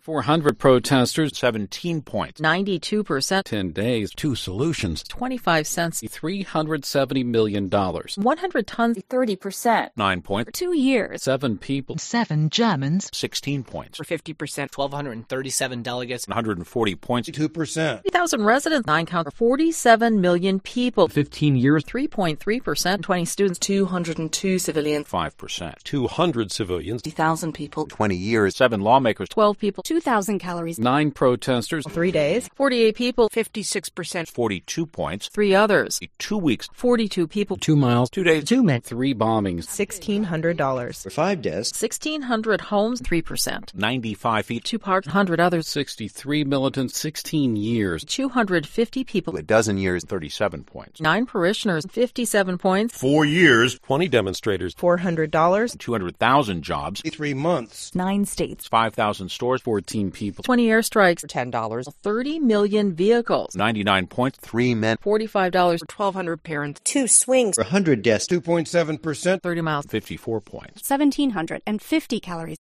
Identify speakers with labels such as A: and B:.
A: 400 protesters, 17 points.
B: 92%,
A: 10 days,
C: Two solutions.
B: 25 cents,
A: $370 million.
B: 100 tons,
D: 30%,
A: 9 points.
E: Two years.
A: 7 people,
F: Seven Germans.
A: 16 points.
G: for 50%, 1,237 delegates,
A: 140 points.
B: 3,000 residents, 9 count, 47 million people,
H: 15 years.
B: 3.3%, 20 students,
D: 202 civilians,
A: 5%.
C: 200 civilians.
D: 50,000 people,
I: 20 years,
A: 7 lawmakers,
B: 12 people,
E: 2,000 calories.
A: 9 protesters,
B: 3 days, 48 people,
G: 56%,
A: 42 points.
B: 3 others,
A: 2 weeks,
B: 42 people,
H: Two miles.
A: 2 days,
F: Two men.
A: 3 bombings,
J: For five days,
B: 1,600 homes, 3%,
A: 95 feet,
B: 2 parks, 100 others,
A: 63 militants, 16 years,
B: 250 people,
I: a dozen years,
A: 37 points.
B: 9 parishioners, 57 points,
C: 20 demonstrators.
J: $400,
A: 200,000 jobs,
J: three months,
E: Nine states.
A: 5,000 stores, 14 people,
B: 20 airstrikes,
F: $10.
B: 30 million vehicles,
A: 99 points,
I: three men,
B: $45,
G: 1,200 parents,
D: two swings,
J: for 100 deaths, 2.7%,
B: 30 miles,
A: 54 points.
E: 1,750 calories.